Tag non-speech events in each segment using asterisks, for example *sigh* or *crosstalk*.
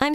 I'm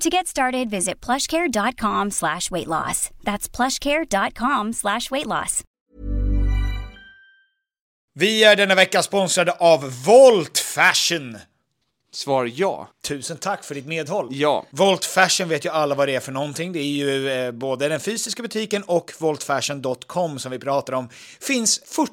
To get started, visit plushcare.com slash weight loss. That's plushcare.com slash weight loss. Vi är denna vecka sponsrade av Volt Fashion. Svar ja. Tusen tack för ditt medhåll. Ja. Volt Fashion vet ju alla vad det är för någonting. Det är ju eh, både den fysiska butiken och voltfashion.com som vi pratar om. Finns 40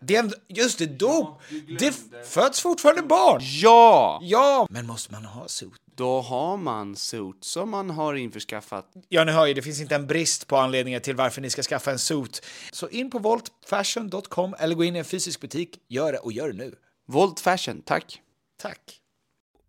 Det är, en- just det, dop! det föds fortfarande barn! Ja! Ja! Men måste man ha suit? Då har man suits som man har införskaffat. Ja, ni hör ju, det finns inte en brist på anledningar till varför ni ska skaffa en suit. Så in på voltfashion.com eller gå in i en fysisk butik. Gör det och gör det nu. Volt Fashion, tack. Tack!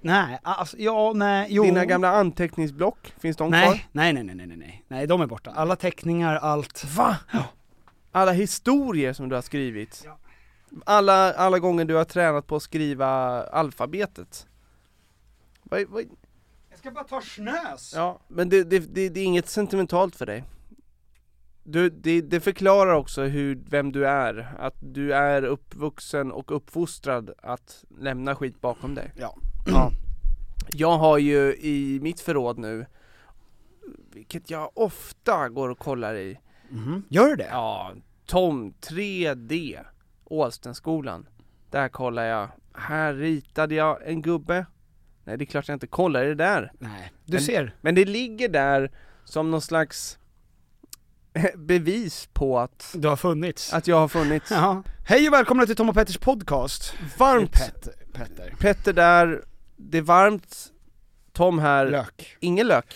Nej, alltså, ja, nej, jo. dina gamla anteckningsblock, finns de kvar? nej, nej, nej, nej, nej, nej, nej, de är borta. Alla teckningar, allt. Va? Alla historier som du har skrivit? Alla, alla gånger du har tränat på att skriva alfabetet? Vad, vad, Jag ska bara ta snös! Ja, men det, det, det, det är inget sentimentalt för dig. Du, det, det förklarar också hur, vem du är, att du är uppvuxen och uppfostrad att lämna skit bakom dig. Ja. ja. Jag har ju i mitt förråd nu, vilket jag ofta går och kollar i, Gör du det? ja, Tom 3D, Ålstenskolan. Där kollar jag, här ritade jag en gubbe. Nej det är klart jag inte kollar i det där. Nej. Du Men- ser. Men det ligger där som någon slags *laughs* bevis på att, Du har funnits. att jag har *laughs* funnits. Ja. Hej och välkomna till Tom och Petters podcast. Varmt! Pet- Petter. Petter där, det är varmt, Tom här, Lök. ingen lök.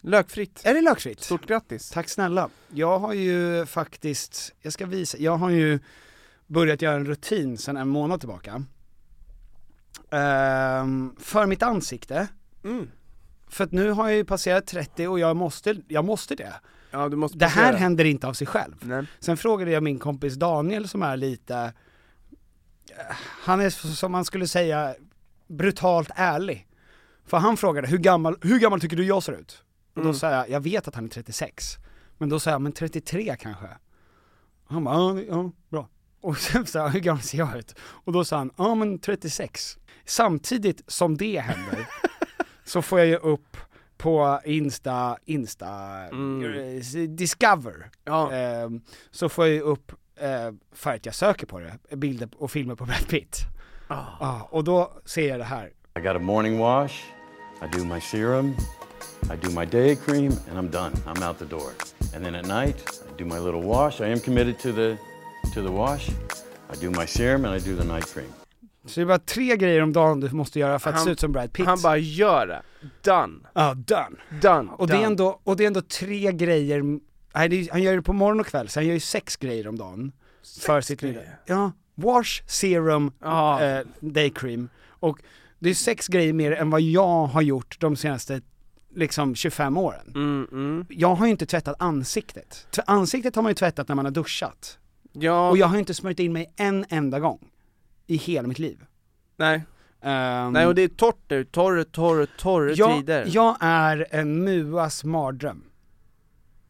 Lökfritt. Är det lökfritt? Stort grattis! Tack snälla. Jag har ju faktiskt, jag ska visa, jag har ju börjat göra en rutin sedan en månad tillbaka. Ehm, för mitt ansikte. Mm. För att nu har jag ju passerat 30 och jag måste, jag måste det. Ja du måste Det här passera. händer inte av sig själv. Nej. Sen frågade jag min kompis Daniel som är lite, eh, han är som man skulle säga brutalt ärlig. För han frågade, hur gammal, hur gammal tycker du jag ser ut? Och Mm. då sa jag, jag vet att han är 36. Men då sa jag, men 33 kanske? Och han bara, ja, det- ja bra. Och *laughs* sen sa jag, hur gammal ser jag ut? Och då sa han, ja men 36. Samtidigt som det händer så får jag ju upp på Insta, Insta, eh, Discover. Mm. Ja. Ehm, så får jag ju upp, eh, för att jag söker på det, bilder och filmer på Brad Pitt. Ah. Ja, och då ser jag det här. I got a morning wash, I do my serum, I do my day cream, and I'm done. I'm out the door. And then at night, I do my little wash. I am committed to the to the wash. I do my serum and I do the night cream. Så det är bara tre grejer om dagen du måste göra för att Han- se ut som Brad Pitt. Han bara gör det, done, ja, done. done, Och det, är ändå, och det är ändå tre grejer, nej, det är, han gör det på morgon och kväll, så han gör ju sex grejer om dagen. för sitt liv. Ja, wash, serum, Ja. eh, day cream. Och det är sex grejer mer än vad jag har gjort de senaste liksom 25 åren. Mm, mm. Jag har ju inte tvättat ansiktet. Tv- Ansiktet har man ju tvättat när man har duschat. Ja, Och jag har ju inte smörjt in mig en enda gång. I hela mitt liv. nej, Ehm, nej och det är torrt nu, torr, torr, torr tider. jag, jag är en muas mardröm.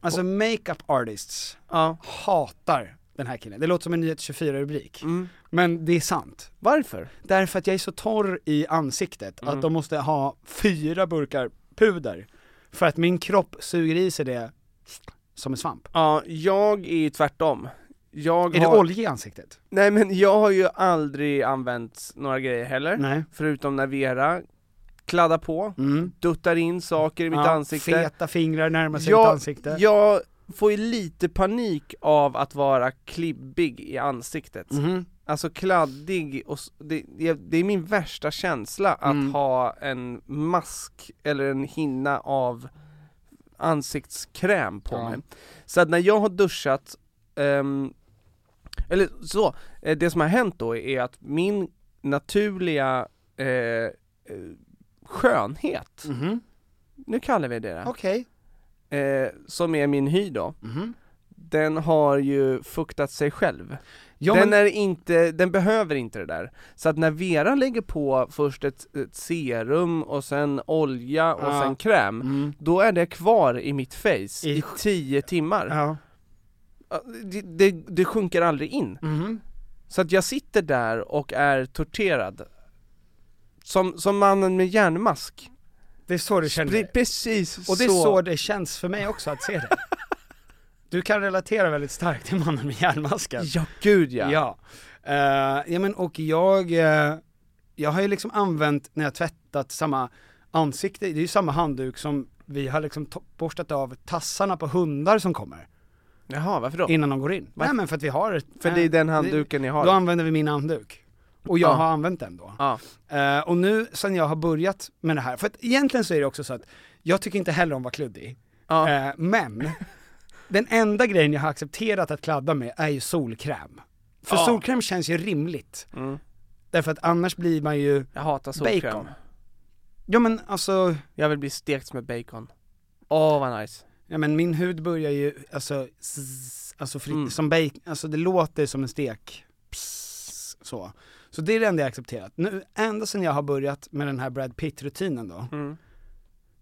Alltså makeup artists Ja. hatar den här killen. Det låter som en Nyhet 24-rubrik. Mm. Men det är sant. Varför? Mm. Därför att jag är så torr i ansiktet att de måste ha fyra burkar puder. För att min kropp suger i sig det som en svamp. Ja, jag är ju tvärtom. Jag Är det har... olja i ansiktet? Nej men jag har ju aldrig använt några grejer heller, Nej. förutom när Vera kladdar på, Mm. duttar in saker i mitt Ja, ansikte. Feta fingrar närmar sig mitt Jag, ansikte. jag får ju lite panik av att vara klibbig i ansiktet. Mhm. Alltså kladdig och s- det, det, det är min värsta känsla att Mm. ha en mask eller en hinna av ansiktskräm på Ja. mig. Så att när jag har duschat, ehm, eller så, eh, det som har hänt då är att min naturliga eh, eh, skönhet, Mhm. nu kallar vi det det, Okej. eh, som är min hy då, Mhm. den har ju fuktat sig själv. Ja, den, men- är inte, den behöver inte det där. Så att när Vera lägger på först ett, ett serum och sen olja och Ja. Mm. sen kräm, då är det kvar i mitt face i, I- tio timmar. Ja. Det, det, det sjunker aldrig in. Mhm. Så att jag sitter där och är torterad. Som, som mannen med järnmask. Det är så du känner Pre- dig. precis Och det är så det känns för mig också att se *laughs* det. Du kan relatera väldigt starkt till mannen med järnmasken. Ja gud ja. Ja. Eh, ja men och jag, eh, jag har ju liksom använt när jag tvättat samma ansikte, det är ju samma handduk som vi har liksom to- borstat av tassarna på hundar som kommer Jaha varför då? innan de går in. Nej men för att vi har ett, För det är den handduken ni har. Då använder vi min handduk. Och jag Ja. har använt den då. Ja. Eh, och nu sen jag har börjat med det här, för att egentligen så är det också så att jag tycker inte heller om att vara kluddig. Ja. Eh, *laughs* men den enda grejen jag har accepterat att kladda med är ju solkräm. För Ja. solkräm känns ju rimligt. Därför att annars blir man ju, Jag hatar solkräm. Bacon. ja men alltså, Jag vill bli stekt med bacon. Åh vad nice. ja men min hud börjar ju, alltså, zzz, alltså fri, Mm. som bacon, alltså det låter som en stek. Pss, så. Mm. Så det är det ända jag accepterat. Nu, ända sen jag har börjat med den här Brad Pitt-rutinen då,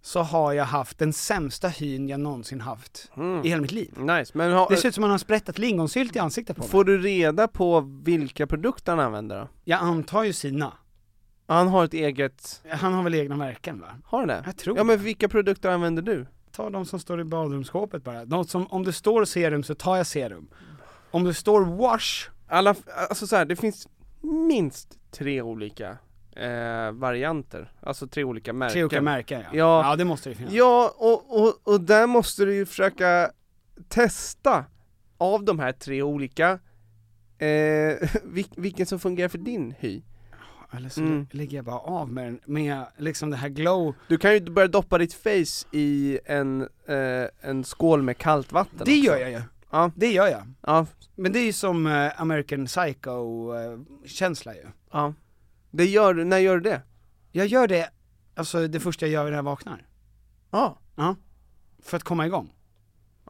så har jag haft den sämsta hyn jag någonsin haft Mm. i hela mitt liv. Nice, men har, Det ser ut som man har sprättat lingonsylt i ansiktet på mig. eh, får du reda på vilka produkter han använder då? Jag antar ju sina. Han har ett eget, Han har väl egna märken va? har han det? Jag tror Ja men vilka produkter använder du? Ta de som står i badrumsskåpet bara. De som, om det står serum så tar jag serum. Om det står wash, Alla, alltså så här, det finns minst tre olika eh, varianter, alltså tre olika märken tre olika märken ja. Ja. det måste det finnas. Ja, och, och, och där måste du ju försöka testa av de här tre olika, eh, *laughs* vil, vilken som fungerar för din hy. Eller så Mm. lägger jag bara av med, den- med liksom det här glow. Du kan ju börja doppa ditt face i en, eh, en skål med kallt vatten Det också. gör jag ju. Ja. Det gör jag. Ja, Men det är ju som eh, American Psycho-känsla ju. ja. Det gör du, när gör du det? Jag gör det, alltså det första jag gör när jag vaknar. Ja. Ja. För att komma igång.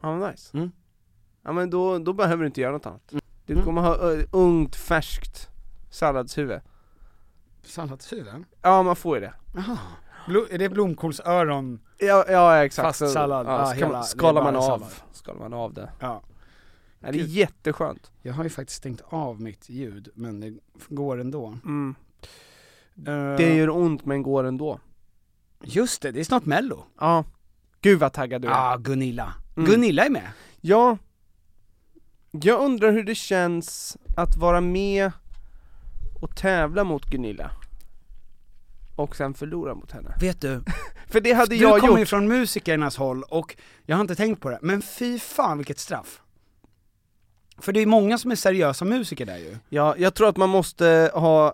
Ja, vad nice. Mm. Ja men då, då behöver du inte göra något annat. Du Mm. kommer ha ö, ungt, färskt salladshuvud. Salladshuvud? Ja, man får ju det. Jaha. Blo- är det blomkålsöron? Ja, ja exakt. Fast Så- sallad, ja, ja, så kan hela- man, det är skalar man bara av, sallad. skalar man av det. Ja. Ja, det är Gud. jätteskönt. Jag har ju faktiskt stängt av mitt ljud, men det går ändå. Mm. Eh, Det gör ont men går ändå. Just det, det är snart mello. Ja. Gud vad taggad du är. ah, Gunilla. Mm. Gunilla är med. Ja. Jag undrar hur det känns att vara med och tävla mot Gunilla. Och sen förlora mot henne. Vet du, För det hade du jag kommer ju gjort. från musikernas håll och jag har inte tänkt på det, men fy fan vilket straff. För det är många som är seriösa musiker där ju. Ja, jag tror att man måste ha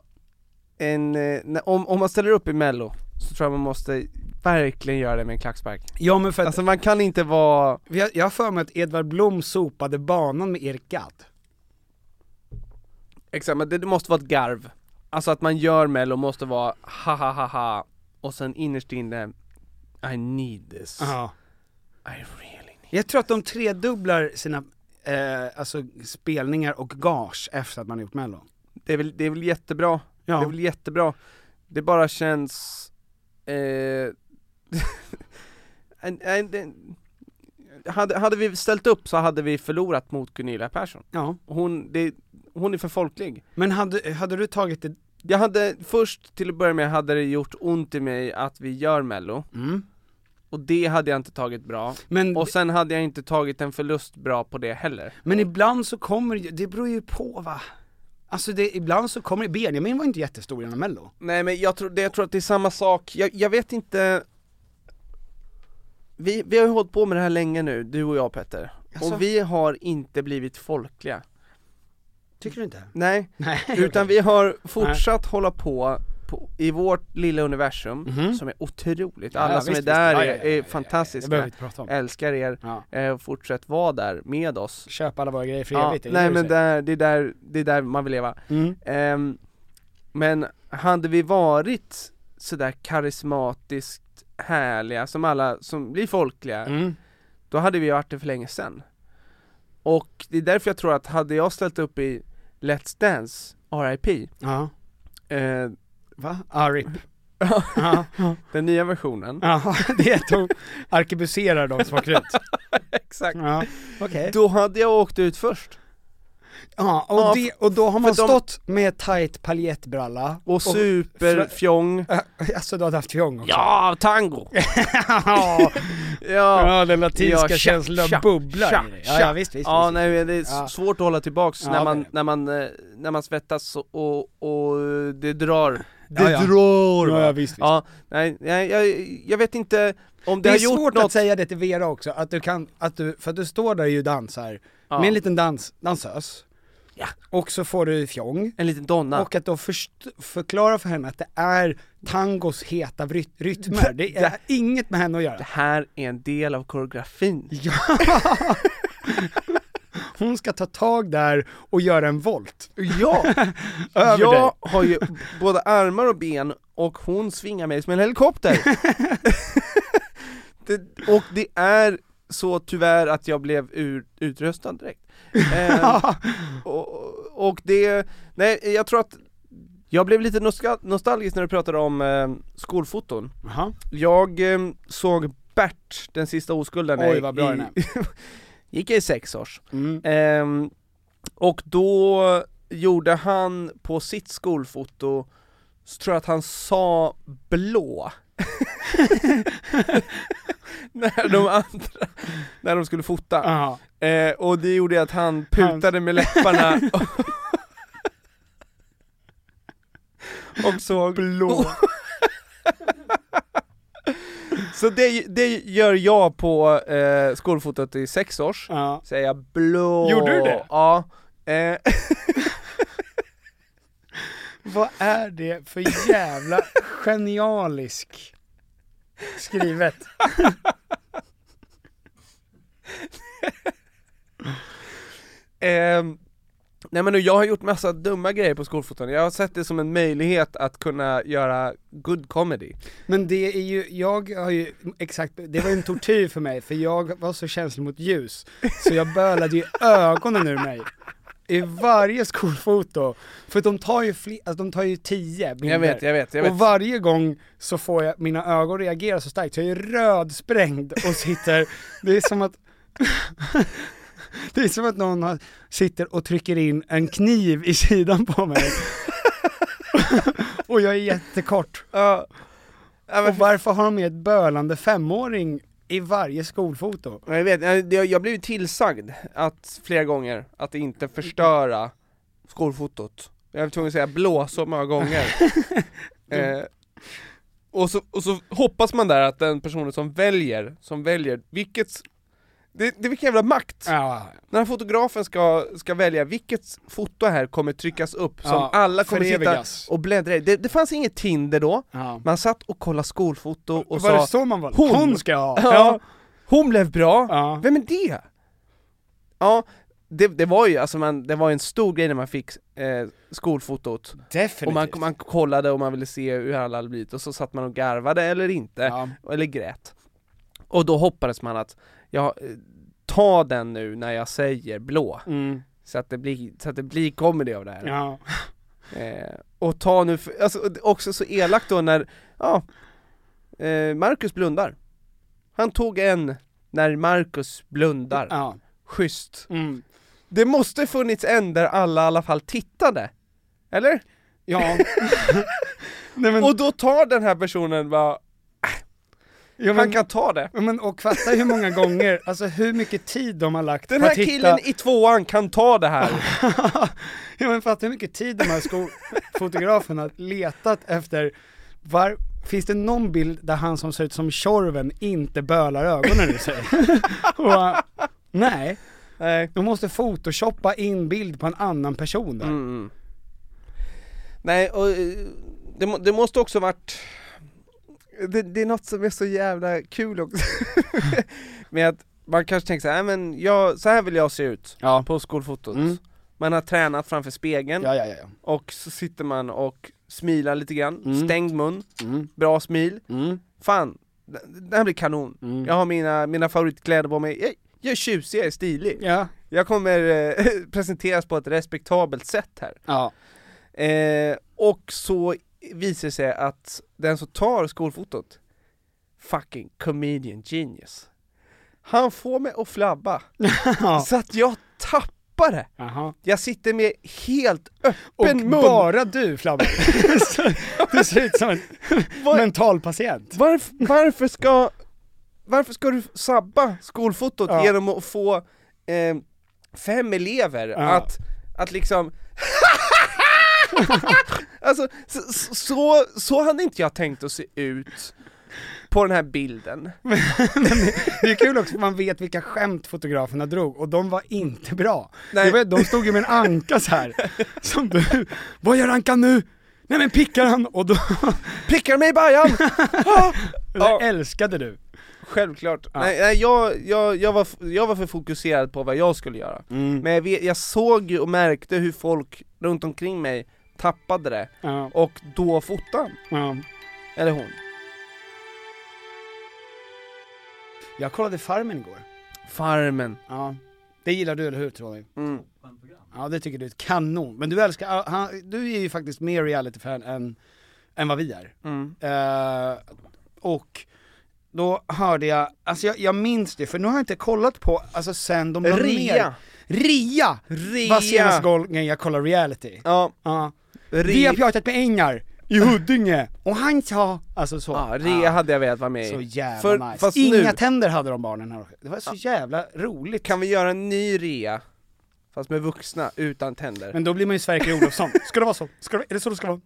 en, eh, när- om, om man ställer upp i mello, så tror jag man måste verkligen göra det med en klackspark. Ja men för att, Alltså man kan inte vara vi har- jag har för mig att Edvard Blom sopade banan med Erik Gadd. Exakt, men det, det måste vara ett garv. Alltså att man gör mello måste vara ha ha ha ha och sen innerst inne I need this. I really need Jag tror att de tredubblar sina, eh, alltså spelningar och gage efter att man har gjort mello. det. Är väl, det är väl jättebra. Ja. Det är väl jättebra. Det bara känns... Eh, *laughs* en, en, en, hade, hade vi ställt upp så hade vi förlorat mot Gunilla Persson. Ja. Hon, det, hon är för folklig. Men hade, hade du tagit det, Jag hade, först till att börja med hade det gjort ont i mig att vi gör mello. mm. Och det hade jag inte tagit bra. men, Och sen hade jag inte tagit en förlust bra på det heller. men ibland så kommer det ju- det beror ju på va. Alltså det, ibland så kommer det, Benjamin var inte jättestor innan mello. Nej men jag tror, det, jag tror att det är samma sak, jag, jag vet inte vi, vi har ju hållit på med det här länge nu, du och jag Petter. Jaså? Och vi har inte blivit folkliga. Tycker du inte? Nej, Nej. utan vi har fortsatt hålla på, på i vårt lilla universum, Mhm. som är otroligt, Ja, alla ja, som visst, är visst. där Ja, är, ja, ja, ja, är ja, Det fantastiska. behöver vi inte prata om. Älskar er, Ja. eh, fortsätt vara där med oss. Köp alla våra grejer för Ja, evigt, det är nej det du men säger. där, det, är där, det är där man vill leva. Mm. Ehm, men hade vi varit sådär karismatiskt härliga som alla som blir folkliga, Mm. då hade vi varit det för länge sedan. Och det är därför jag tror att hade jag ställt upp i Let's Dance, RIP, Ja. eh, Va? Ah, RIP. *laughs* Ja. den nya versionen, Jaha, det är att de arkebuserar de som åker ut. *laughs* exakt, Ja, okej. då hade jag åkt ut först. Ja, och, Ja, det, och då har man för de- stått med tight paljettbralla Och superfjong, Alltså du hade haft fjong också? ja *laughs* tango! ja, Ja, ja den latinska tja, känslan tja, bubblar tja, i dig. tja. Ja, ja, visst, visst, Ja, visst. nej, det är s- Ja. svårt att hålla tillbaks Ja, när, det man, är det. när, man, eh, när man svettas och, och eh, det drar. Det Ja, ja. drar! va? Ja, ja, visst, visst. Ja, nej, nej jag, jag vet inte om Det det, har är gjort svårt något... att säga det till Vera också, att du kan, att du, för att du står där ju och dansar, Ja. med en liten dans, dansös, Ja. och så får du fjong, En liten donna. och att då först, förklara för henne att det är tangos heta vry- *laughs* rytmer, det är inget med henne att Det göra. här är en del av koreografin. Ja. Hon ska ta tag där och göra en volt. Ja! *laughs* Över jag dig. har ju både armar och ben och hon svingar mig som en *laughs* helikopter! det, och det är så tyvärr att jag blev ur, Ehm, utröstad *laughs* direkt. Eh, och, och det, nej jag tror att Jag blev lite nostal- nostalgisk när du pratade om eh, skolfoton. Jag eh, såg Bert, den sista oskulden. Oj, i- vad bra den Mm. i, *laughs* Gick jag i sex års. Ehm, och då gjorde han på sitt skolfoto, så tror jag att han sa blå. *laughs* när de andra, när de skulle fota. Eh, och det gjorde att han putade med läpparna och såg blå. Så det, det gör jag på eh, skolfotot i sex års, säger jag blå. Gjorde du det? Ja. Eh, Vad är det för *laughs* jävla genialisk skrivet? *laughs* ehm, nej men nu, jag har gjort massa dumma grejer på skolfoton, jag har sett det som en möjlighet att kunna göra good comedy. Men det är ju, jag har ju, exakt, det var ju en tortyr för mig för jag var så känslig mot ljus, så jag bölade ju ögonen ur mig. I varje skolfoto, för de tar ju fler, alltså de tar ju tio bilder. Jag vet, jag vet, jag vet. Och varje gång så får jag, mina ögon reagerar så starkt så jag är rödsprängd och sitter, det är som att *laughs* Det är som att någon har, sitter och trycker in en kniv i sidan *laughs* på mig. och jag är jättekort. och varför har de med ett bölande femåring i varje skolfoto? Jag vet, jag, jag- jag blev ju tillsagd att, flera gånger, att inte förstöra skolfotot. Jag var tvungen att säga blå så *laughs* många gånger. eh, och, så, och så hoppas man där att den personen som väljer, som väljer, vilket, det, det är vilken jävla makt! När den här fotografen ska, ska välja vilket foto här kommer tryckas upp, som Ja, alla kommer sitta förevigas. och bläddra i. Det, det fanns inget Tinder då, man satt och kollade skolfoto och Var sa det så man var? Hon, Hon ska jag ha! Ja. Hon blev bra! Vem är det? Ja, det, det var ju alltså man, det var ju en stor grej när man fick eh, skolfotot Och man, Definitivt. man kollade och man ville se hur alla hade blivit och så satt man och garvade eller inte, eller grät Och då hoppades man att, ja, eh, ta den nu när jag säger blå Mm. Så att det blir, så att det blir comedy av det här Ja. Eh, och ta nu, för, alltså och det- också så elakt då när, ja, eh, Marcus blundar. Han tog en när Marcus blundar. Ja. Mm. Schysst. Det måste funnits en där alla i alla fall tittade. Eller? *laughs* Ja. Och då tar den här personen bara, äh, Ja, han kan ta det. Ja, men, och fatta hur många gånger, alltså hur mycket tid de har lagt Den på här att hitta... killen i tvåan kan ta det här. *laughs* Ja men fatta hur mycket tid de här *laughs* skolfotograferna har letat efter, var, finns det någon bild där han som ser ut som Tjorven inte bölar ögonen ur sig? Och, han- nej. Nej. De måste photoshoppa in bild på en annan person där. Mm, Nej, och eh, det, må- det måste också varit det, det är något som är så jävla kul också *laughs* Med att man kanske tänker såhär, men jag, så här vill jag se ut på skolfotot Man har tränat framför spegeln Mm. Ja, ja, ja, Mm. ja. och så sitter man och smilar lite grann, stängd mun, Mm. bra smil Fan, det- det här blir kanon. Mm. Jag har mina, mina favoritkläder på mig, jag, jag är tjusig, jag är stilig Ja. jag kommer eh, *laughs* presenteras på ett respektabelt sätt här. Ja. Eh, och så visar det sig att den som tar skolfotot, fucking comedian genius. Han får mig *laughs* att flabba, så att jag tappar det. Jaha. Jag sitter med helt öppen Och mun. bara du flabbar. du ser ut som *laughs* en mentalpatient. Varf, varför ska, varför ska du sabba skolfotot Ja. genom att få eh, fem elever att, att liksom *laughs* Alltså, så, så, så hade inte jag tänkt att se ut på den här bilden. Det är kul också för man vet vilka skämt fotograferna drog och de var inte bra. Nej. Jag Vet, de stod ju med en anka så *laughs* här. som du, vad gör ankan nu? Nej men pickar han? Och då, Prickar mig *laughs* i bajan! Ah! det Ja, älskade du. självklart. Nej, nej jag, jag, jag, var, f- jag var för fokuserad på vad jag skulle göra. Mm. Men jag, vet, jag såg ju och märkte hur folk runt omkring mig tappade det. Ja, Och då fotade han, ja. eller hon. Jag kollade Farmen igår. Farmen. Ja. Det gillar du eller hur Tony? Mm. Ja det tycker du är ett kanon, men du älskar, ah, han, du är ju faktiskt mer reality-fan än, än vad vi är. Mm. Eh, och då hörde jag, alltså jag, jag minns det, för nu har jag inte kollat på, alltså sen de la Ria. ner Ria! Ria. Var senaste gången jag kollade reality. Ja. Ja. Vi har pratat med Engar i Huddinge, och han sa, alltså så. Ah, Ja, Ria hade jag velat vara med i. Så jävla För- nice. fast Inga nu- tänder hade de barnen här Det var så jävla roligt. Kan vi göra en ny rea? Fast med vuxna, utan tänder. Men då blir man ju Sverker Olofsson. Ska det vara så? Ska det, är det så det ska vara?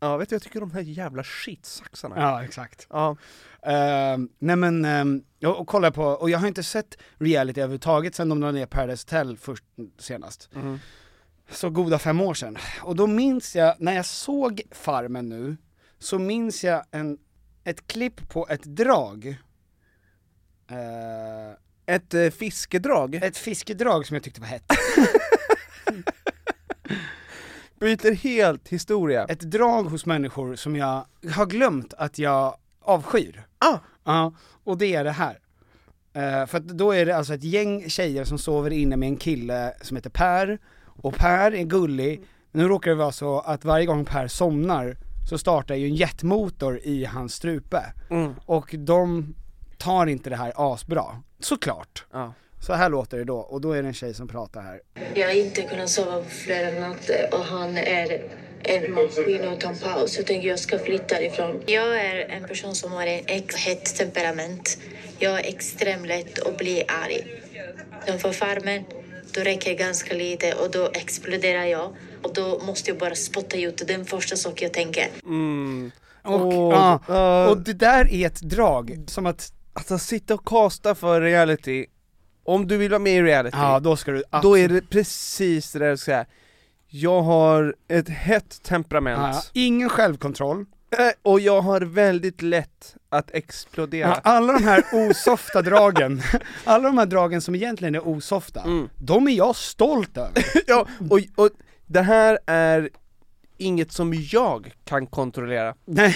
Ja, vet du, jag tycker de här jävla skitsaxarna. Ja, exakt. Ja. Ehm, nej men, ehm, jag och kollar på, och jag har inte sett reality överhuvudtaget sen de la ner Paradise Hotel först, senast. Mm. Så goda fem år sedan. Och då minns jag, när jag såg Farmen nu, så minns jag en, ett klipp på ett drag. Eh, Ett eh, fiskedrag. ett fiskedrag som jag tyckte var hett. Byter helt historia. ett drag hos människor som jag har glömt att jag avskyr. Ah. Ja, och det är det här. Eh, för att då är det alltså ett gäng tjejer som sover inne med en kille som heter Per, och Per är gullig, nu råkar det vara så att varje gång Per somnar så startar ju en jetmotor i hans strupe. Mm. Och de tar inte det här asbra, såklart. Ja. Så här låter det då, och då är det en tjej som pratar här. Jag har inte kunnat sova på flera nätter och han är en maskin utan paus. Jag tänker jag ska flytta ifrån. Jag är en person som har ett ex- hett temperament. Jag är extremt lätt att bli arg. Men för farmen, då räcker det ganska lite och då exploderar jag. Och då måste jag bara spotta ut det. Det är den första sak jag tänker. Och, Åh, ja, eh. och det där är ett drag, som att, Alltså sitta och kasta för reality, om du vill vara med i reality, ja då ska du då är det precis det där du ska säga. Jag har ett hett Ja, temperament, ingen självkontroll. Eh, och jag har väldigt lätt att explodera. Ja, ah. alla de här osofta dragen, *laughs* alla de här dragen som egentligen är osofta, Mm. de är jag stolt över. Ja, och, och det här är inget som jag kan kontrollera. Nej,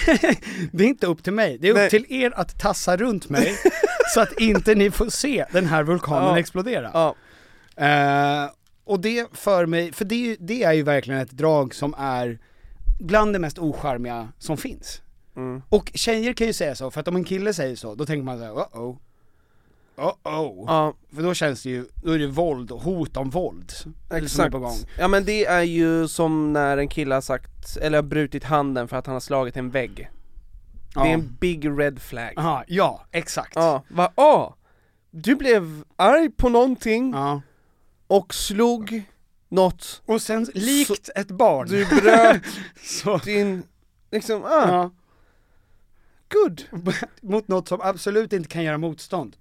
det är inte upp till mig. Det är upp Nej. till er att tassa runt mig, så att inte ni får se den här vulkanen Ja. explodera. Ja, Eh, och det för mig, för det, är ju- det är ju verkligen ett drag som är bland det mest ocharmiga som finns. Mm. Och tjejer kan ju säga så, för att om en kille säger så, då tänker man såhär, uh-oh. Uh-oh. ja För då känns det ju, då är det våld och hot om våld som är exakt. på gång. Ja men det är ju som när en kille har sagt, eller har brutit handen för att han har slagit en vägg. Det Ja. Ah. är en big red flag. Aha, ja, exakt. Ja, va, ah, du blev arg på någonting Ja. och slog något, Och sen likt ett *laughs* barn. du bröt Så, din, liksom, ah, ja, good. *laughs* mot något som absolut inte kan göra motstånd.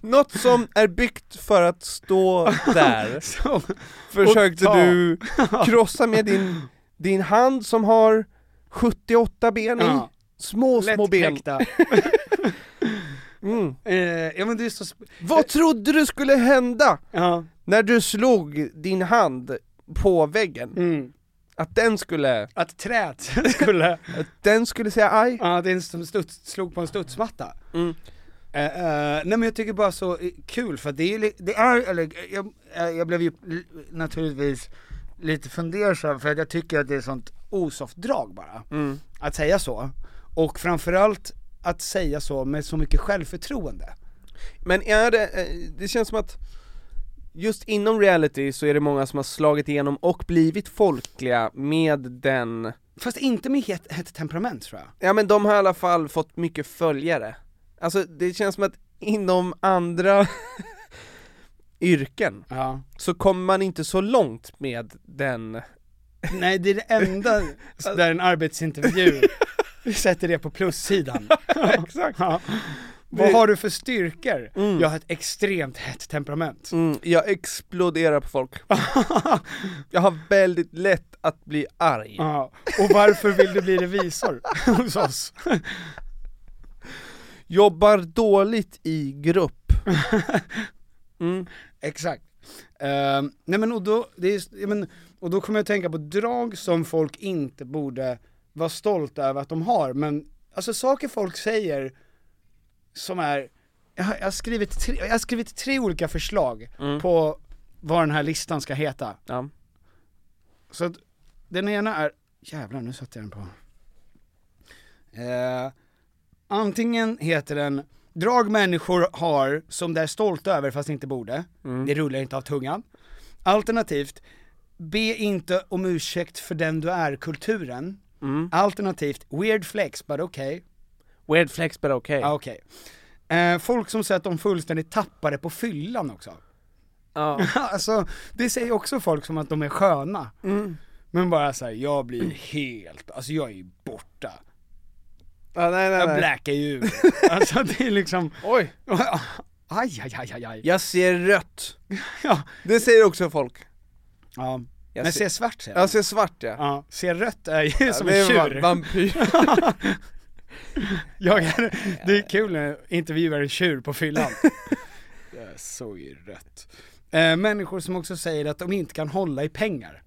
Något som är byggt för att stå *laughs* där. Så, försökte Och ta. du *laughs* krossa med din, din hand som har 78 ben i, Ja. små små ben. lättkränkta. *laughs* Mm. Eh, ja men det är så... sp- Eh. Vad trodde du skulle hända Ja. när du slog din hand på väggen? Mm. Att den skulle, Att träet *laughs* skulle... att den skulle säga aj? Ja, det är en som studs, slog på en studsmatta. Mm. Eh, eh, nej men jag tycker bara så eh, kul för att det är, ju li- det är eller eh, jag, eh, jag blev ju li- naturligtvis lite fundersam för att jag tycker att det är sånt osoft drag bara. Mm. Att säga så. Och framförallt att säga så med så mycket självförtroende. Men är det, eh, det känns som att just inom reality så är det många som har slagit igenom och blivit folkliga med den, Fast inte med het, het temperament tror jag. ja men de har i alla fall fått mycket följare. Alltså det känns som att inom andra *laughs* yrken Ja. så kommer man inte så långt med den, Nej det är det *laughs* enda där en arbetsintervju sätter det på *laughs* plussidan. Exakt. Ja. Vad har du för styrkor? Jag har ett extremt hett temperament. mm, jag exploderar *laughs* på folk. jag har väldigt lätt att bli arg. Ja. Och varför vill du bli revisor *laughs* hos oss? Jobbar dåligt i *laughs* grupp. Mm. Exakt. Ehm, nej men och då, det är, ja, men, och då kommer jag att tänka på drag som folk inte borde vara stolta över att de har, men alltså saker folk säger som är, jag har, jag har, skrivit, tre, jag har skrivit tre olika förslag på vad den här listan ska heta. Ja. Så att den ena är, jävlar nu satte jag den på. Ehm, Eh, antingen heter den Drag människor har som de är stolta över fast inte borde. Det rullar inte av tungan. Alternativt, be inte om ursäkt för den du är-kulturen. Alternativt, weird flex but okay. Weird flex but okay. Ja, Ah, okej. Eh, folk som säger att de fullständigt tappade på fyllan också. Ja. *laughs* alltså, det säger också folk som att de är sköna. Mm. Men bara såhär, jag blir helt, alltså jag är ju borta. Ja, nej, nej, jag nej. blackar ju *laughs* ur. Alltså det är liksom... Oj! *laughs* Aj, aj, aj, aj, aj. Jag ser rött. *laughs* ja. Det säger också folk. Ja. Jag Men ser- ser svart säger Alltså, Jag ser svart ja. Ja, ser rött är ju som det en är va- tjur. vampyr. *laughs* jag är, det är kul när jag intervjuar en tjur på fyllan. *laughs* jag såg ju rött. Eh, människor som också säger att de inte kan hålla i pengar.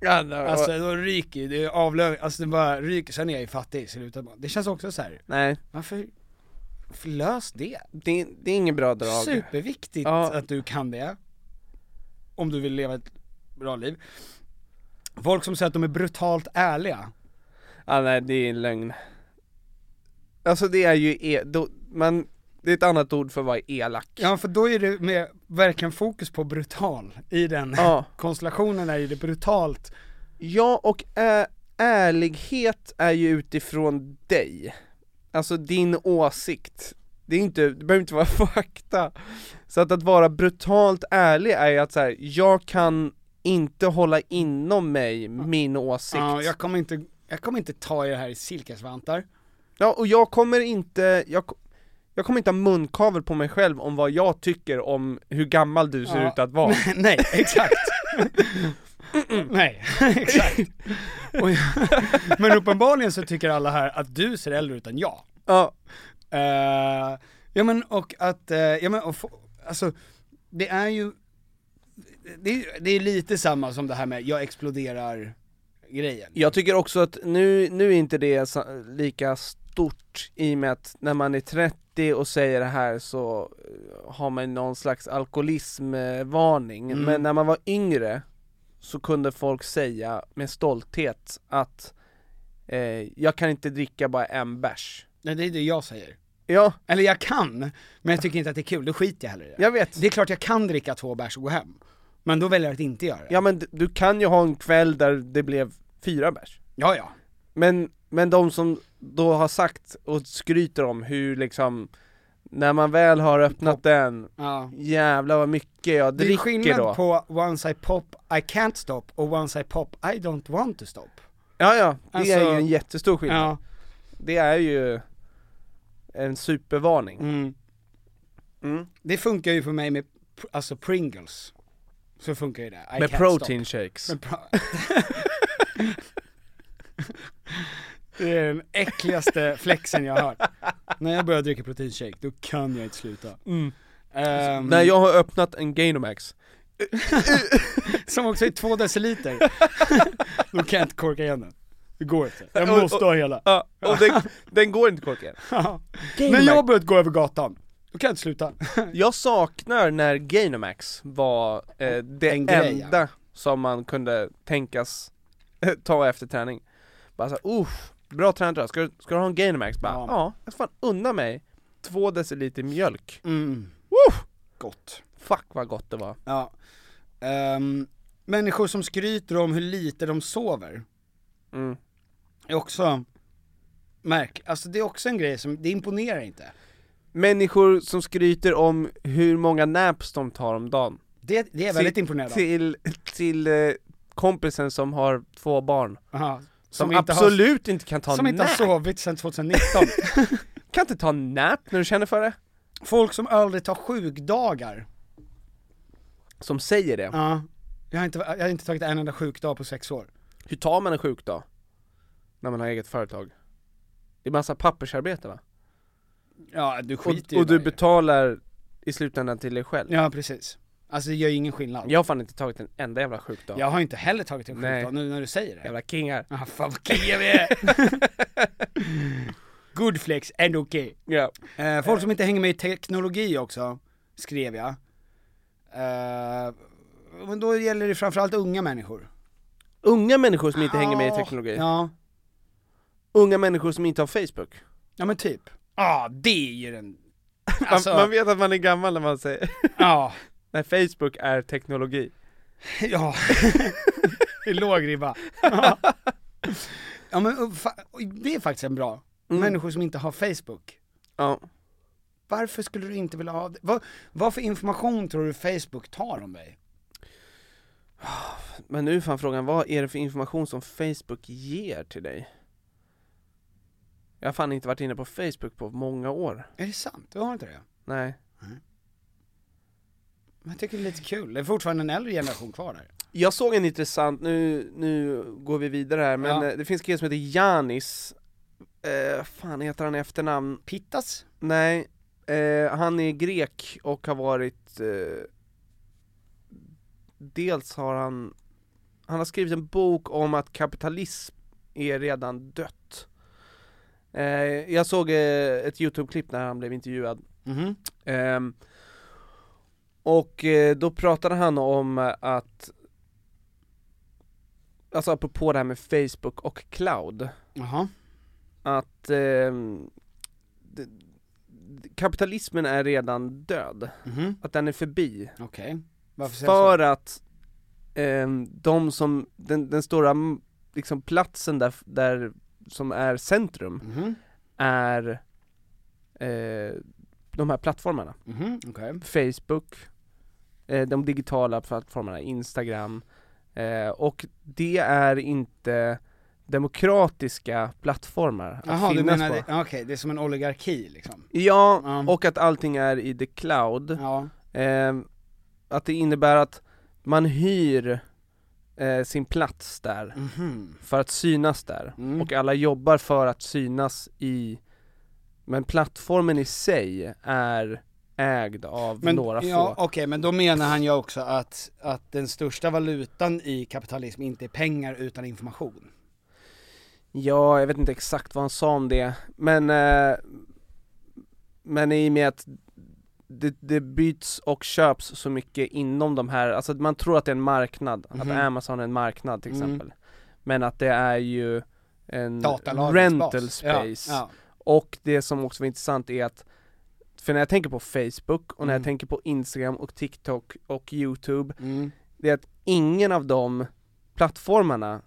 Ja, nej, Alltså de ryker ju, det är avlö- alltså det bara ryker, sen är jag ju fattig i slutet. Det känns också så här. nej. varför, varför lös det? Det, det är ingen bra drag. Superviktigt Ja. att du kan det. Om du vill leva ett bra liv. Folk som säger att de är brutalt ärliga. Ja, nej, det är en lögn. Alltså det är ju, e- då, man, det är ett annat ord för att vara elak. Ja för då är det med verkligen fokus på brutal i den Ja. konstellationen är ju det brutalt. Ja, och ä- ärlighet är ju utifrån dig. Alltså din åsikt. Det, är inte, det behöver inte vara *laughs* fakta. Så att, att vara brutalt ärlig är ju att så här, jag kan inte hålla inom mig min åsikt. Ja, jag kommer inte, jag kommer inte ta i det här i silkesvantar. Ja, och jag kommer inte, jag, ko- jag kommer inte ha munkavel på mig själv om vad jag tycker om hur gammal du ser Ja. ut att vara. *laughs* Nej, exakt. Nej, *laughs* exakt. Och jag, men uppenbarligen så tycker alla här att du ser äldre ut än jag. Ja, Eh, ja men och att, eh, ja men och, få- alltså, det är ju, det är, det är lite samma som det här med jag exploderar grejen. jag tycker också att nu, nu är inte det sa- lika stort i och med att när man är 30 och säger det här så eh, har man någon slags alkoholismvarning. Mm. Men när man var yngre så kunde folk säga med stolthet att eh, jag kan inte dricka bara en bärs. Nej det är det jag säger. Ja, Eller jag kan, men jag tycker inte att det är kul, då skiter jag hellre i det. jag vet. Det är klart jag kan dricka två bärs och gå hem, men då väljer jag att inte göra det. Ja men d- du kan ju ha en kväll där det blev fyra bärs. ja. ja. Men, men de som då har sagt och skryter om hur liksom, när man väl har öppnat den, ja. jävlar vad mycket jag Det är dricker skillnad då. på once I pop I can't stop och once I pop I don't want to stop. Ja ja, det Alltså- är ju en jättestor skillnad. Ja. Det är ju en supervarning. Mm. Det funkar ju för mig med, pr- alltså Pringles. Så funkar ju det. I Med can't protein stop. shakes. Med pro- *laughs* det är den äckligaste flexen jag har hört. När jag börjar dricka proteinshake, då kan jag inte sluta. Ehm, Mm. När jag har öppnat en Gainomax. *laughs* Som också är *laughs* två deciliter. då kan jag inte korka igen den. Det går inte. Jag Och- måste ha hela. Ja, och den, *laughs* den går inte korkad. Ja. *laughs* När jag har börjat gå över gatan, då kan jag inte *laughs* sluta. Jag saknar när Gainomax var eh, det En grej, enda som man kunde tänkas *laughs* ta efter träning. Bara såhär, uff, bra tränare, ska, du- ska du ha en Gainomax? Bara, Ja. ja, jag ska fan unna mig två deciliter mjölk. Mm. Woof! Gott. Fuck vad gott det var. Ja. Ehm, människor som skryter om hur lite de sover. Mm. Är också märkligt. Alltså det är också en grej som, det imponerar inte. Människor som skryter om hur många naps de tar om dagen. Det, det är väldigt imponerande. Till, till eh, kompisen som har två barn. Aha. Som, inte absolut inte kan ta har, Som inte har nap. sovit sedan 2019. *laughs* Kan inte ta nap när du känner för det. Folk som aldrig tar sjukdagar. Som säger det. Ja. Jag har, inte, jag har inte tagit en enda sjukdag på sex år. Hur tar man en sjukdag? När man har eget företag? Det är massa pappersarbete va? Ja, du Och, skiter ju och du i det. betalar i slutändan till dig själv? Ja, precis. Alltså det gör ju ingen skillnad. Jag har fan inte tagit en enda jävla sjukdag. Jag har inte heller tagit en Nej. sjukdag nu när du säger det. Jävla kingar. *laughs* Ah, fan vad kinga vi *laughs* är! Good flex, ändå okej. Ja. Eh, folk som inte hänger med i teknologi också, skrev jag. Eh, Men då gäller det framförallt unga människor. Unga människor som inte hänger med i Ja. teknologi? Ja. Unga människor som inte har Facebook? Ja men typ. Ja, det är ju den... alltså- man, man vet att man är gammal när man säger Ja. *laughs* Nej, Facebook är teknologi. *laughs* Ja. det är låg *laughs* ribba. Ja. ja men och fa- och det är faktiskt en bra. Mm. Människor som inte har Facebook. Ja. Varför skulle du inte vilja ha det? Vad, vad för information tror du Facebook tar om dig? Men nu är fan frågan, vad är det för information som Facebook ger till dig? Jag har fan inte varit inne på Facebook på många år. Är det sant? Du har inte det? Nej. Men jag tycker det är lite kul. Det är fortfarande en äldre generation kvar där. Jag såg en intressant, nu, nu går vi vidare här, men Ja. eh, det finns en kille som heter Janis, eh, fan heter han i efternamn? Pittas? Nej, eh, han är grek och har varit, eh, dels har han, han har skrivit en bok om att kapitalism är redan dött. Eh, jag såg eh, ett YouTube-klipp när han blev intervjuad Mhm. Ehm, och eh, då pratade han om eh, att Alltså apropå det här med Facebook och cloud Jaha. Att ehm, d- d- kapitalismen är redan död Mhm. Att den är förbi Okej. Varför säger För du så? att ehm, de som, den, den stora mm, liksom platsen där, där som är centrum Mhm. är eh, de här plattformarna Mhm, okej. Facebook, eh, de digitala plattformarna, Instagram eh, och det är inte demokratiska plattformar att Jaha, du finnas menar, på. det- okej, det är som en oligarki liksom? Ja, och att allting är i the cloud. Eh, att det innebär att man hyr eh, sin plats där Mhm. Mm. för att synas där. Och alla jobbar för att synas i, men plattformen i sig är ägd av Men, några ja, få. okej, men då menar han ju också att, att den största valutan i kapitalism inte är pengar utan information. Ja, jag vet inte exakt vad han sa om det, men, eh, men i och med att det, det byts och köps så mycket inom de här, alltså man tror att det är en marknad, Mhm. att Amazon är en marknad till Mm. exempel. Men att det är ju en Datalagringsbas. rental space. Ja, ja. Och det som också var intressant är att, för när jag tänker på Facebook och när Mm. jag tänker på Instagram och TikTok och YouTube, det är att ingen av de plattformarna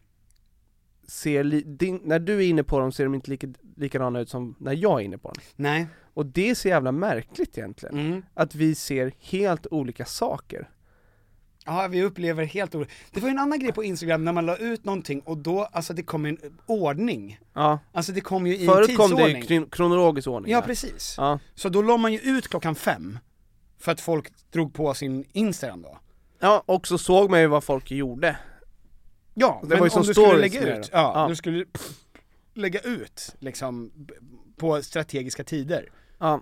ser, li- din, när du är inne på dem ser de inte lika, likadana ut som när jag är inne på dem. Nej. Och det är så jävla märkligt egentligen, Mm. att vi ser helt olika saker. Ja, vi upplever helt olika. Det var ju en annan grej på Instagram när man la ut någonting och då, alltså det kom en ordning. Ja. Alltså det kom ju i en Förut kom det i tidsordning. kron- kronologisk ordning. Ja, precis. Ja. Så då la man ju ut klockan fem, för att folk drog på sin Instagram då. Ja, och så såg man ju vad folk gjorde. Ja, Det men var ju som om du skulle stories lägga mer. ut, ja, Ja. du skulle pff, lägga ut liksom b- på strategiska tider. Ja.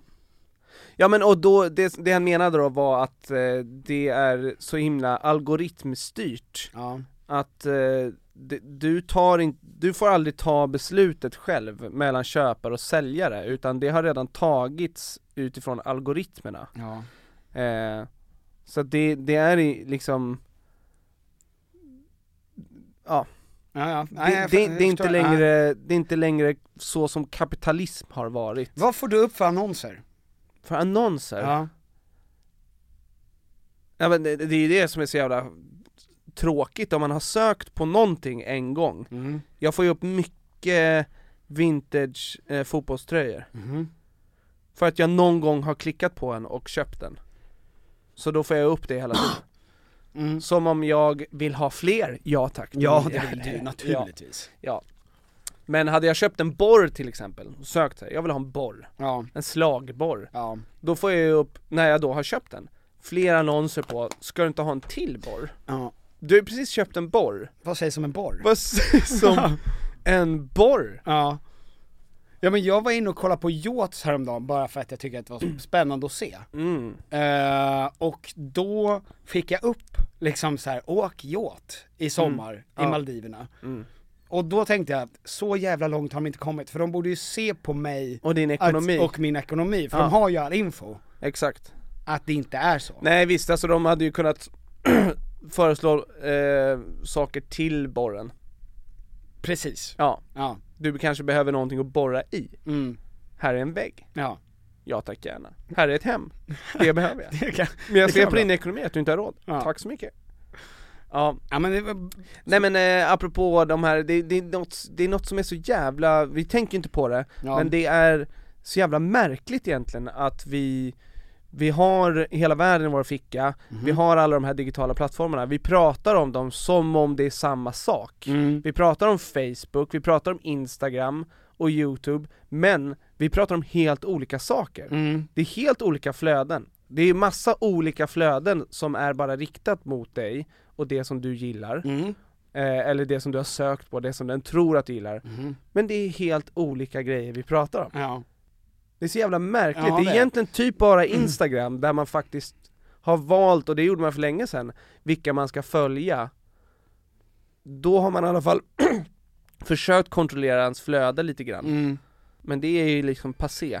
Ja men och då, det, det han menade då var att eh, det är så himla algoritmstyrt. Att eh, det, du tar in, du får aldrig ta beslutet själv mellan köpare och säljare, utan det har redan tagits utifrån algoritmerna. Ja. Eh, så att det, det är i, liksom, ja. Ja, ja. Nej, Det, jag det, fa- jag det, är inte förstår. längre, det är inte längre så som kapitalism har varit. Vad får du upp för annonser? För annonser? Ja. Ja men det, det är ju det som är så jävla tråkigt om man har sökt på någonting en gång. Mm. Jag får ju upp mycket vintage eh, fotbollströjor. Mhm. För att jag någon gång har klickat på en och köpt den. Så då får jag upp det hela tiden. Som om jag vill ha fler, ja tack. Ja, vill det jag. vill *laughs* du Ja. naturligtvis. Ja. Men hade jag köpt en borr till exempel, och sökt här, jag vill ha en borr. En slagborr. Då får jag ju upp, när jag då har köpt den, flera annonser på, ska du inte ha en till borr? Du har ju precis köpt en borr. Vad sägs om en borr? Vad sägs som en borr? Ja. Ja men jag var inne och kollade på yachts häromdagen bara för att jag tycker att det *clears throat* var så spännande att se. Mm. Eh, och då fick jag upp liksom så här, åk yacht i sommar Mm. i Ja. Maldiverna. Mm. Och då tänkte jag att så jävla långt har de inte kommit för de borde ju se på mig Och din ekonomi. Att, och min ekonomi, för Ja. de har ju all info. Exakt. Att det inte är så. *clears throat* Nej visst, alltså de hade ju kunnat föreslår eh, saker till borren. Precis. Ja. ja. Du kanske behöver någonting att borra i. Här är en vägg. Ja. Ja tack gärna. Här är ett hem. *laughs* Det behöver jag. Det kan- men jag det kan ser vara på din bra. ekonomi att du inte har råd. Ja. Tack så mycket. Ja. men Nej men eh, apropå de här, det, det, är något, det är något som är så jävla, vi tänker inte på det, Ja. men det är så jävla märkligt egentligen att vi vi har hela världen i vår ficka, vi har alla de här digitala plattformarna, vi pratar om dem som om det är samma sak. Mm. Vi pratar om Facebook, vi pratar om Instagram och Youtube, men vi pratar om helt olika saker. Mm. Det är helt olika flöden. Det är massa olika flöden som är bara riktat mot dig och det som du gillar. Mm. Eh, eller det som du har sökt på, det som den tror att du gillar. Mm. Men det är helt olika grejer vi pratar om. Det är så jävla märkligt. Ja, det är det är. Mm. egentligen typ bara Instagram där man faktiskt har valt, och det gjorde man för länge sedan, vilka man ska följa. Då har man i alla fall *clears throat* försökt kontrollera ens flöde lite grann. Men det är ju liksom passé.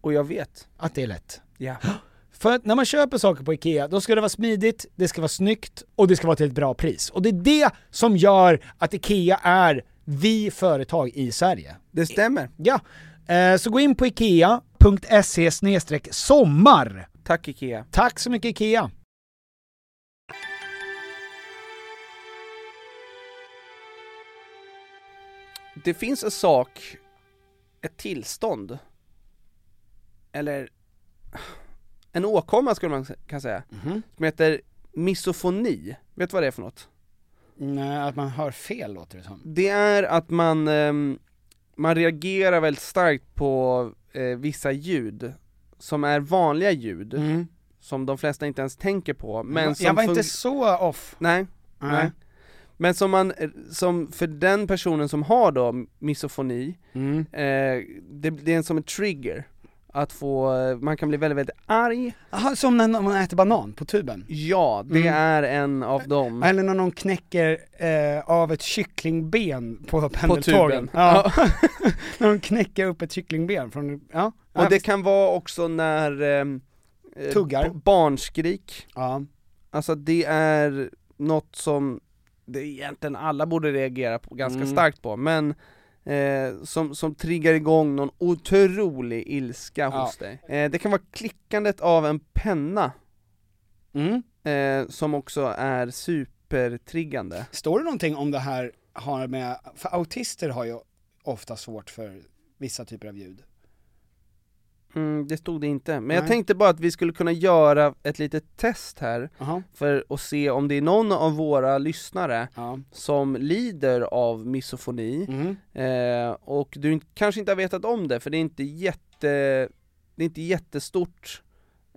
Och jag vet. att det är lätt. Ja. *gasps* För att när man köper saker på IKEA, då ska det vara smidigt, det ska vara snyggt och det ska vara till ett bra pris. Och det är det som gör att IKEA är vi företag i Sverige. Det stämmer. Ja, eh, så gå in på IKEA.se sommar. Tack IKEA. Tack så mycket IKEA! Det finns en sak, ett tillstånd, eller en åkomma skulle man kan säga, Mhm. som heter misofoni. Vet du vad det är för något? Nej, att man hör fel låter det som. Det är att man, ehm, man reagerar väldigt starkt på eh, vissa ljud som är vanliga ljud, som de flesta inte ens tänker på, men som Mhm. jag var fun- inte så off. Nej, nej. Nej. Men som man, eh, som för den Mm. Eh, personen som har då misofoni, eh, det, det är som en trigger. Att få, man kan bli väldigt, väldigt arg. Aha, som när man äter banan på tuben? Ja, det Mm. är en av dem. Eller när någon knäcker eh, av ett kycklingben på tuben. pendeltågen. Ja. *laughs* när de knäcker upp ett kycklingben från, ja. Och det kan vara också när ehm, eh, Tuggar. b- barnskrik. Ja. Alltså det är något som det egentligen alla borde reagera på ganska Mm. starkt på, men eh, som, som triggar igång någon otrolig ilska Ja. hos dig. Eh, det kan vara klickandet av en penna, Mm. eh, som också är supertriggande. Står det någonting om det här har med, för autister har ju ofta svårt för vissa typer av ljud. Mm, det stod det inte, men jag Nej. tänkte bara att vi skulle kunna göra ett litet test här för att se om det är någon av våra lyssnare som lider av misofoni Mm. eh, och du inte- kanske inte har vetat om det för det är inte jätte, det är inte jättestort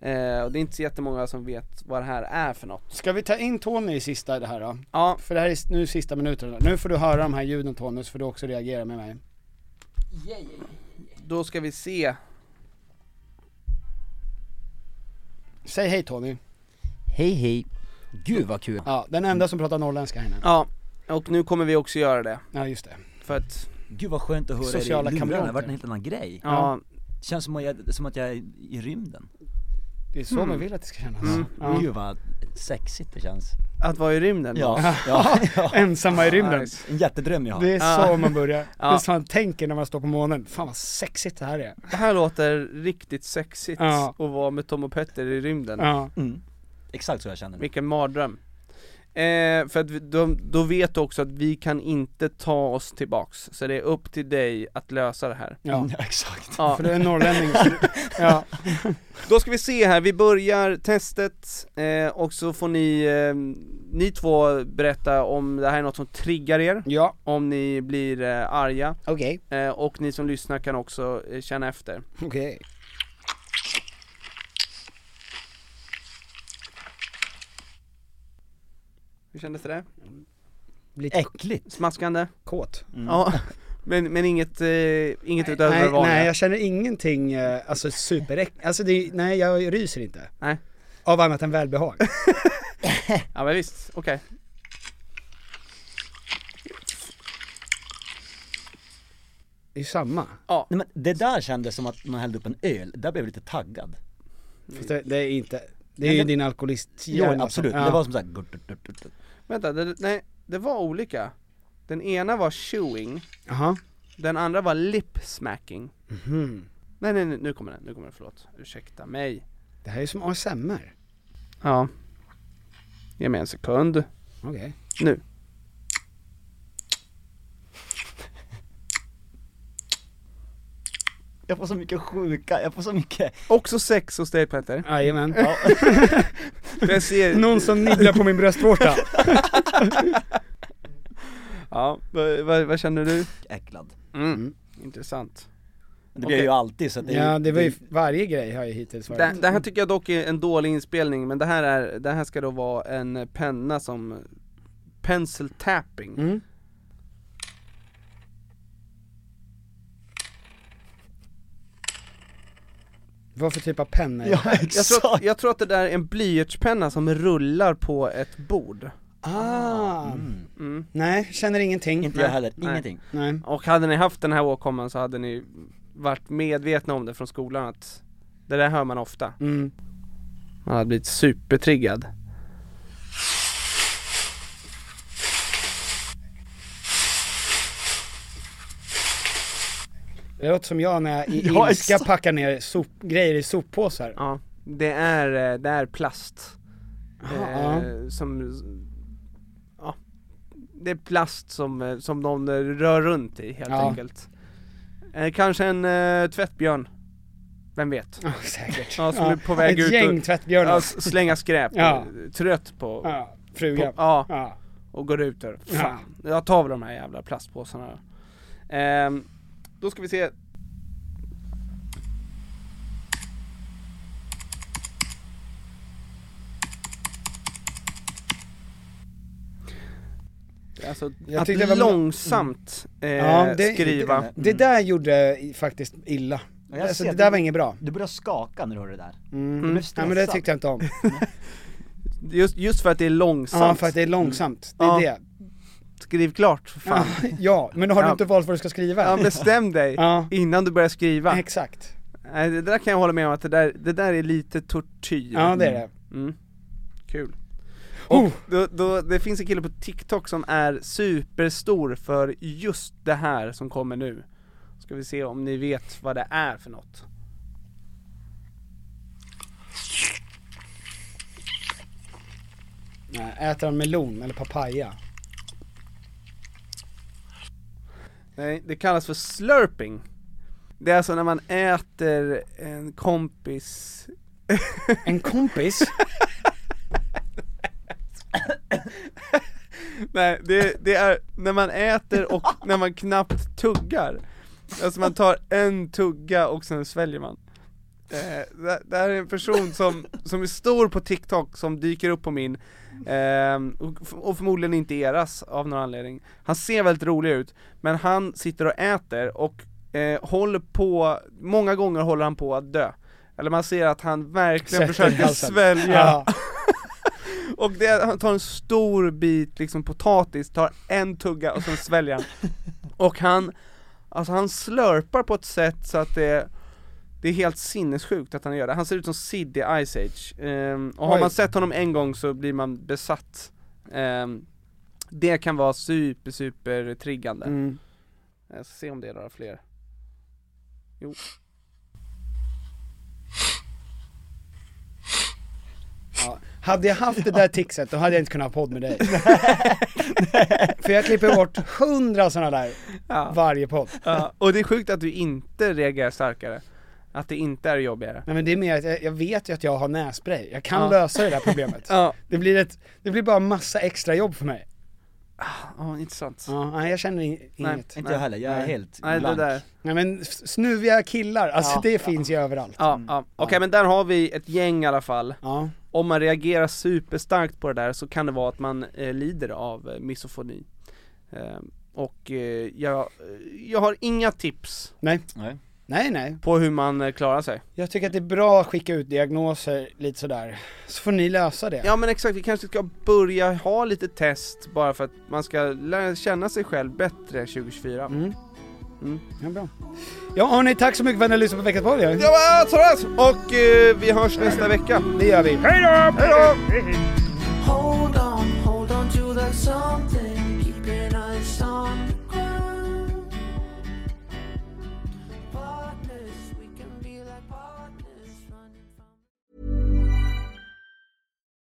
eh, och det är inte så jättemånga som vet vad det här är för något. Ska vi ta in Tony i sista det här då? Ja. För det här är s- nu sista minuten. Nu får du höra de här ljuden Tony, så får du också reagera med mig. Då ska vi se. Säg hej Tony. Hej hej. Gud vad kul. Ja, den enda som pratar norrländska här inne. Ja, och nu kommer vi också göra det. Ja, just det. För att... Gud vad skönt att höra Sociala det i lurarna, det kamrater. vart en helt annan grej. Ja. Känns som att, jag, som att jag är i rymden. Det är så man vill att det ska kännas. Mm. Ja. Gud vad sexigt det känns. Att vara i rymden? Ja. ja. ja. Ensamma i rymden. Nice. En jättedröm jag har. Det är så man börjar. Ja. Det är så man tänker när man står på månen. Fan vad sexigt det här är. Det här låter riktigt sexigt Ja. att vara med Tom och Petter i rymden. Ja. Exakt så jag känner. Vilken mardröm. Eh, för att vi, då, då vet du också att vi kan inte ta oss tillbaks, så det är upp till dig att lösa det här. *laughs* Ja. Ja, exakt. Ja. För du *laughs* är norrlänning. så du- ja. Då ska vi se här, vi börjar testet eh, och så får ni, eh, ni två berätta om det här är något som triggar er, ja. om ni blir eh, arga. Okej. Eh, och ni som lyssnar kan också eh, känna efter. Okej. Hur kändes det? Lite Äckligt. Smaskande? Kåt. Ja, *laughs* men, men inget, eh, inget utöver Mm. Nej, det vanliga? nej, jag känner ingenting, eh, alltså superäck... Alltså det, är- nej jag ryser inte. Nej. Av annat *laughs* än välbehag. Ja men visst, okej. Det är ju samma. Ja. Nej, men det där kändes som att man hällde upp en öl. Där blev jag lite taggad. Fast det, det är inte, det är Men ju det- din alkoholist Jo, absolut. Ja. Det var som såhär... gutt, gutt, gutt, gutt, gutt. Vänta, det, nej, det var olika. Den ena var chewing, Jaha. den andra var lip smacking. Mhm. Nej, nej, nej, nu kommer den, nu kommer den, förlåt. Ursäkta mig. Det här är ju som ASMR. Ja. Ge mig en sekund. Okej. Nu. Jag får så mycket sjuka, jag får så mycket... Också sex hos dig Petter. Jajamän. Ja. Jag ser, *laughs* Någon som nibblar på min bröstvårta. ja, vad, vad, vad känner du? Äcklad. Mm. Intressant. Men Det blir jag ju alltid så att *laughs* det är Ja det var ju, varje grej har ju hittills varit. Det, det här tycker jag dock är en dålig inspelning, men det här är, det här ska då vara en penna som pencil tapping. Mm. Vad för typ av penna är det? Ja, här? Jag tror, att, exakt. jag tror att det där är en blyertspenna som rullar på ett bord. Ah, Mm. Mm. nej, känner ingenting. Inte jag heller, ingenting. Nej. Och hade ni haft den här åkomman så hade ni varit medvetna om det från skolan att det där hör man ofta. Mm. Man hade blivit supertriggad. Det låter som jag när jag i Ja, ilska exakt. packar ner sop, grejer i soppåsar. *laughs* Ja, det är, eh, det är plast. Ja. Eh, som, ja, det är plast som, eh, som någon eh, rör runt i helt Ja. enkelt. Eh, kanske en eh, tvättbjörn. Vem vet? Ja, säkert. Ja, som är på väg Ett ut gäng och- Alltså, tvättbjörnar. Ja, s- slänga skräp. Ja. Trött på, Ja, på frugan. ja, Ja. och går ut där. Fan, jag tar väl de här jävla plastpåsarna då. Ehm, då ska vi se. Alltså Jag att tyckte det var- långsamt eh, Ja, det- skriva. Det där gjorde i- faktiskt illa. Mm. Ja, jag alltså, ser det att där du- var inget bra. Du började skaka när du hörde det där. Mm. Du blev Nej, men det stressad. tyckte jag inte om. Just, just för att det är långsamt. Ja, för att det är långsamt. Det är Ja. det. Skriv klart, för fan. ja, men har du Ja. inte valt vad du ska skriva? Ja, bestäm dig innan du börjar skriva. *laughs* Exakt. Nej, det där kan jag hålla med om att det där, det där är lite tortyr. Ja, det Oh! är det. Mm. Kul. Och då, då, det finns en kille på TikTok som är superstor för just det här som kommer nu. Ska vi se om ni vet vad det är för något. Nej, äter han melon eller papaya? Nej, det kallas för slurping. Det är alltså när man äter en kompis... En kompis? Nej, det, det är när man äter och när man knappt tuggar. Alltså man tar en tugga och sen sväljer man. Eh, det, det här är en person som, som är stor på TikTok som dyker upp på min, ehm, och, och förmodligen inte eras av någon anledning. Han ser väldigt rolig ut, men han sitter och äter och eh, håller på, många gånger håller han på att dö. Eller man ser att han verkligen Sätter försöker halsen. svälja Ja. *laughs* och det, är- han tar en stor bit liksom potatis, tar en tugga och sen sväljer han. Och han, alltså han slörpar på ett sätt så att det, det är helt sinnessjukt att han gör det. Han ser ut som Sid i Ice Age. Ehm, och har Oj. man sett honom en gång så blir man besatt. Ehm, det kan vara super, super triggande. Mm. Jag ska se om det är några fler. Jo. Ja. Hade jag haft det där tixet då hade jag inte kunnat ha podd med dig. För jag klipper bort hundra sådana där varje podd. Ja, *laughs* och det är sjukt att du inte reagerar starkare. Att det inte är jobbigare. Nej men det är mer att jag, jag vet ju att jag har nässpray, jag kan Ja. lösa det *laughs* där problemet. det, blir ett, det blir bara massa extra jobb för mig. Ja, intressant. Ja, nej, jag känner in, Nej, inget. inte jag heller. Jag är Nej. helt Nej, det blank. där. Nej men s- snuviga killar, alltså Ja. det finns ju överallt. Ja, ja. okej men där har vi ett gäng i alla fall. Om man reagerar superstarkt på det där så kan det vara att man eh, lider av eh, misofoni. Ehm, och eh, jag, jag har inga tips Nej. Nej. Nej nej. på hur man eh, klarar sig. Jag tycker att det är bra att skicka ut diagnoser lite sådär, så får ni lösa det. Ja men exakt, vi kanske ska börja ha lite test bara för att man ska lära känna sig själv bättre 2024. Mm. Mm. Ja, bra. Ja hörni, tack så mycket för att ni lyssnade på veckans podd. Ja, Ja, Torres! Och eh, vi hörs nästa vecka. Det gör vi. Hej Hej då! Hold on, hold on to that something, keeping us on the ground. Partners, we can be like partners running.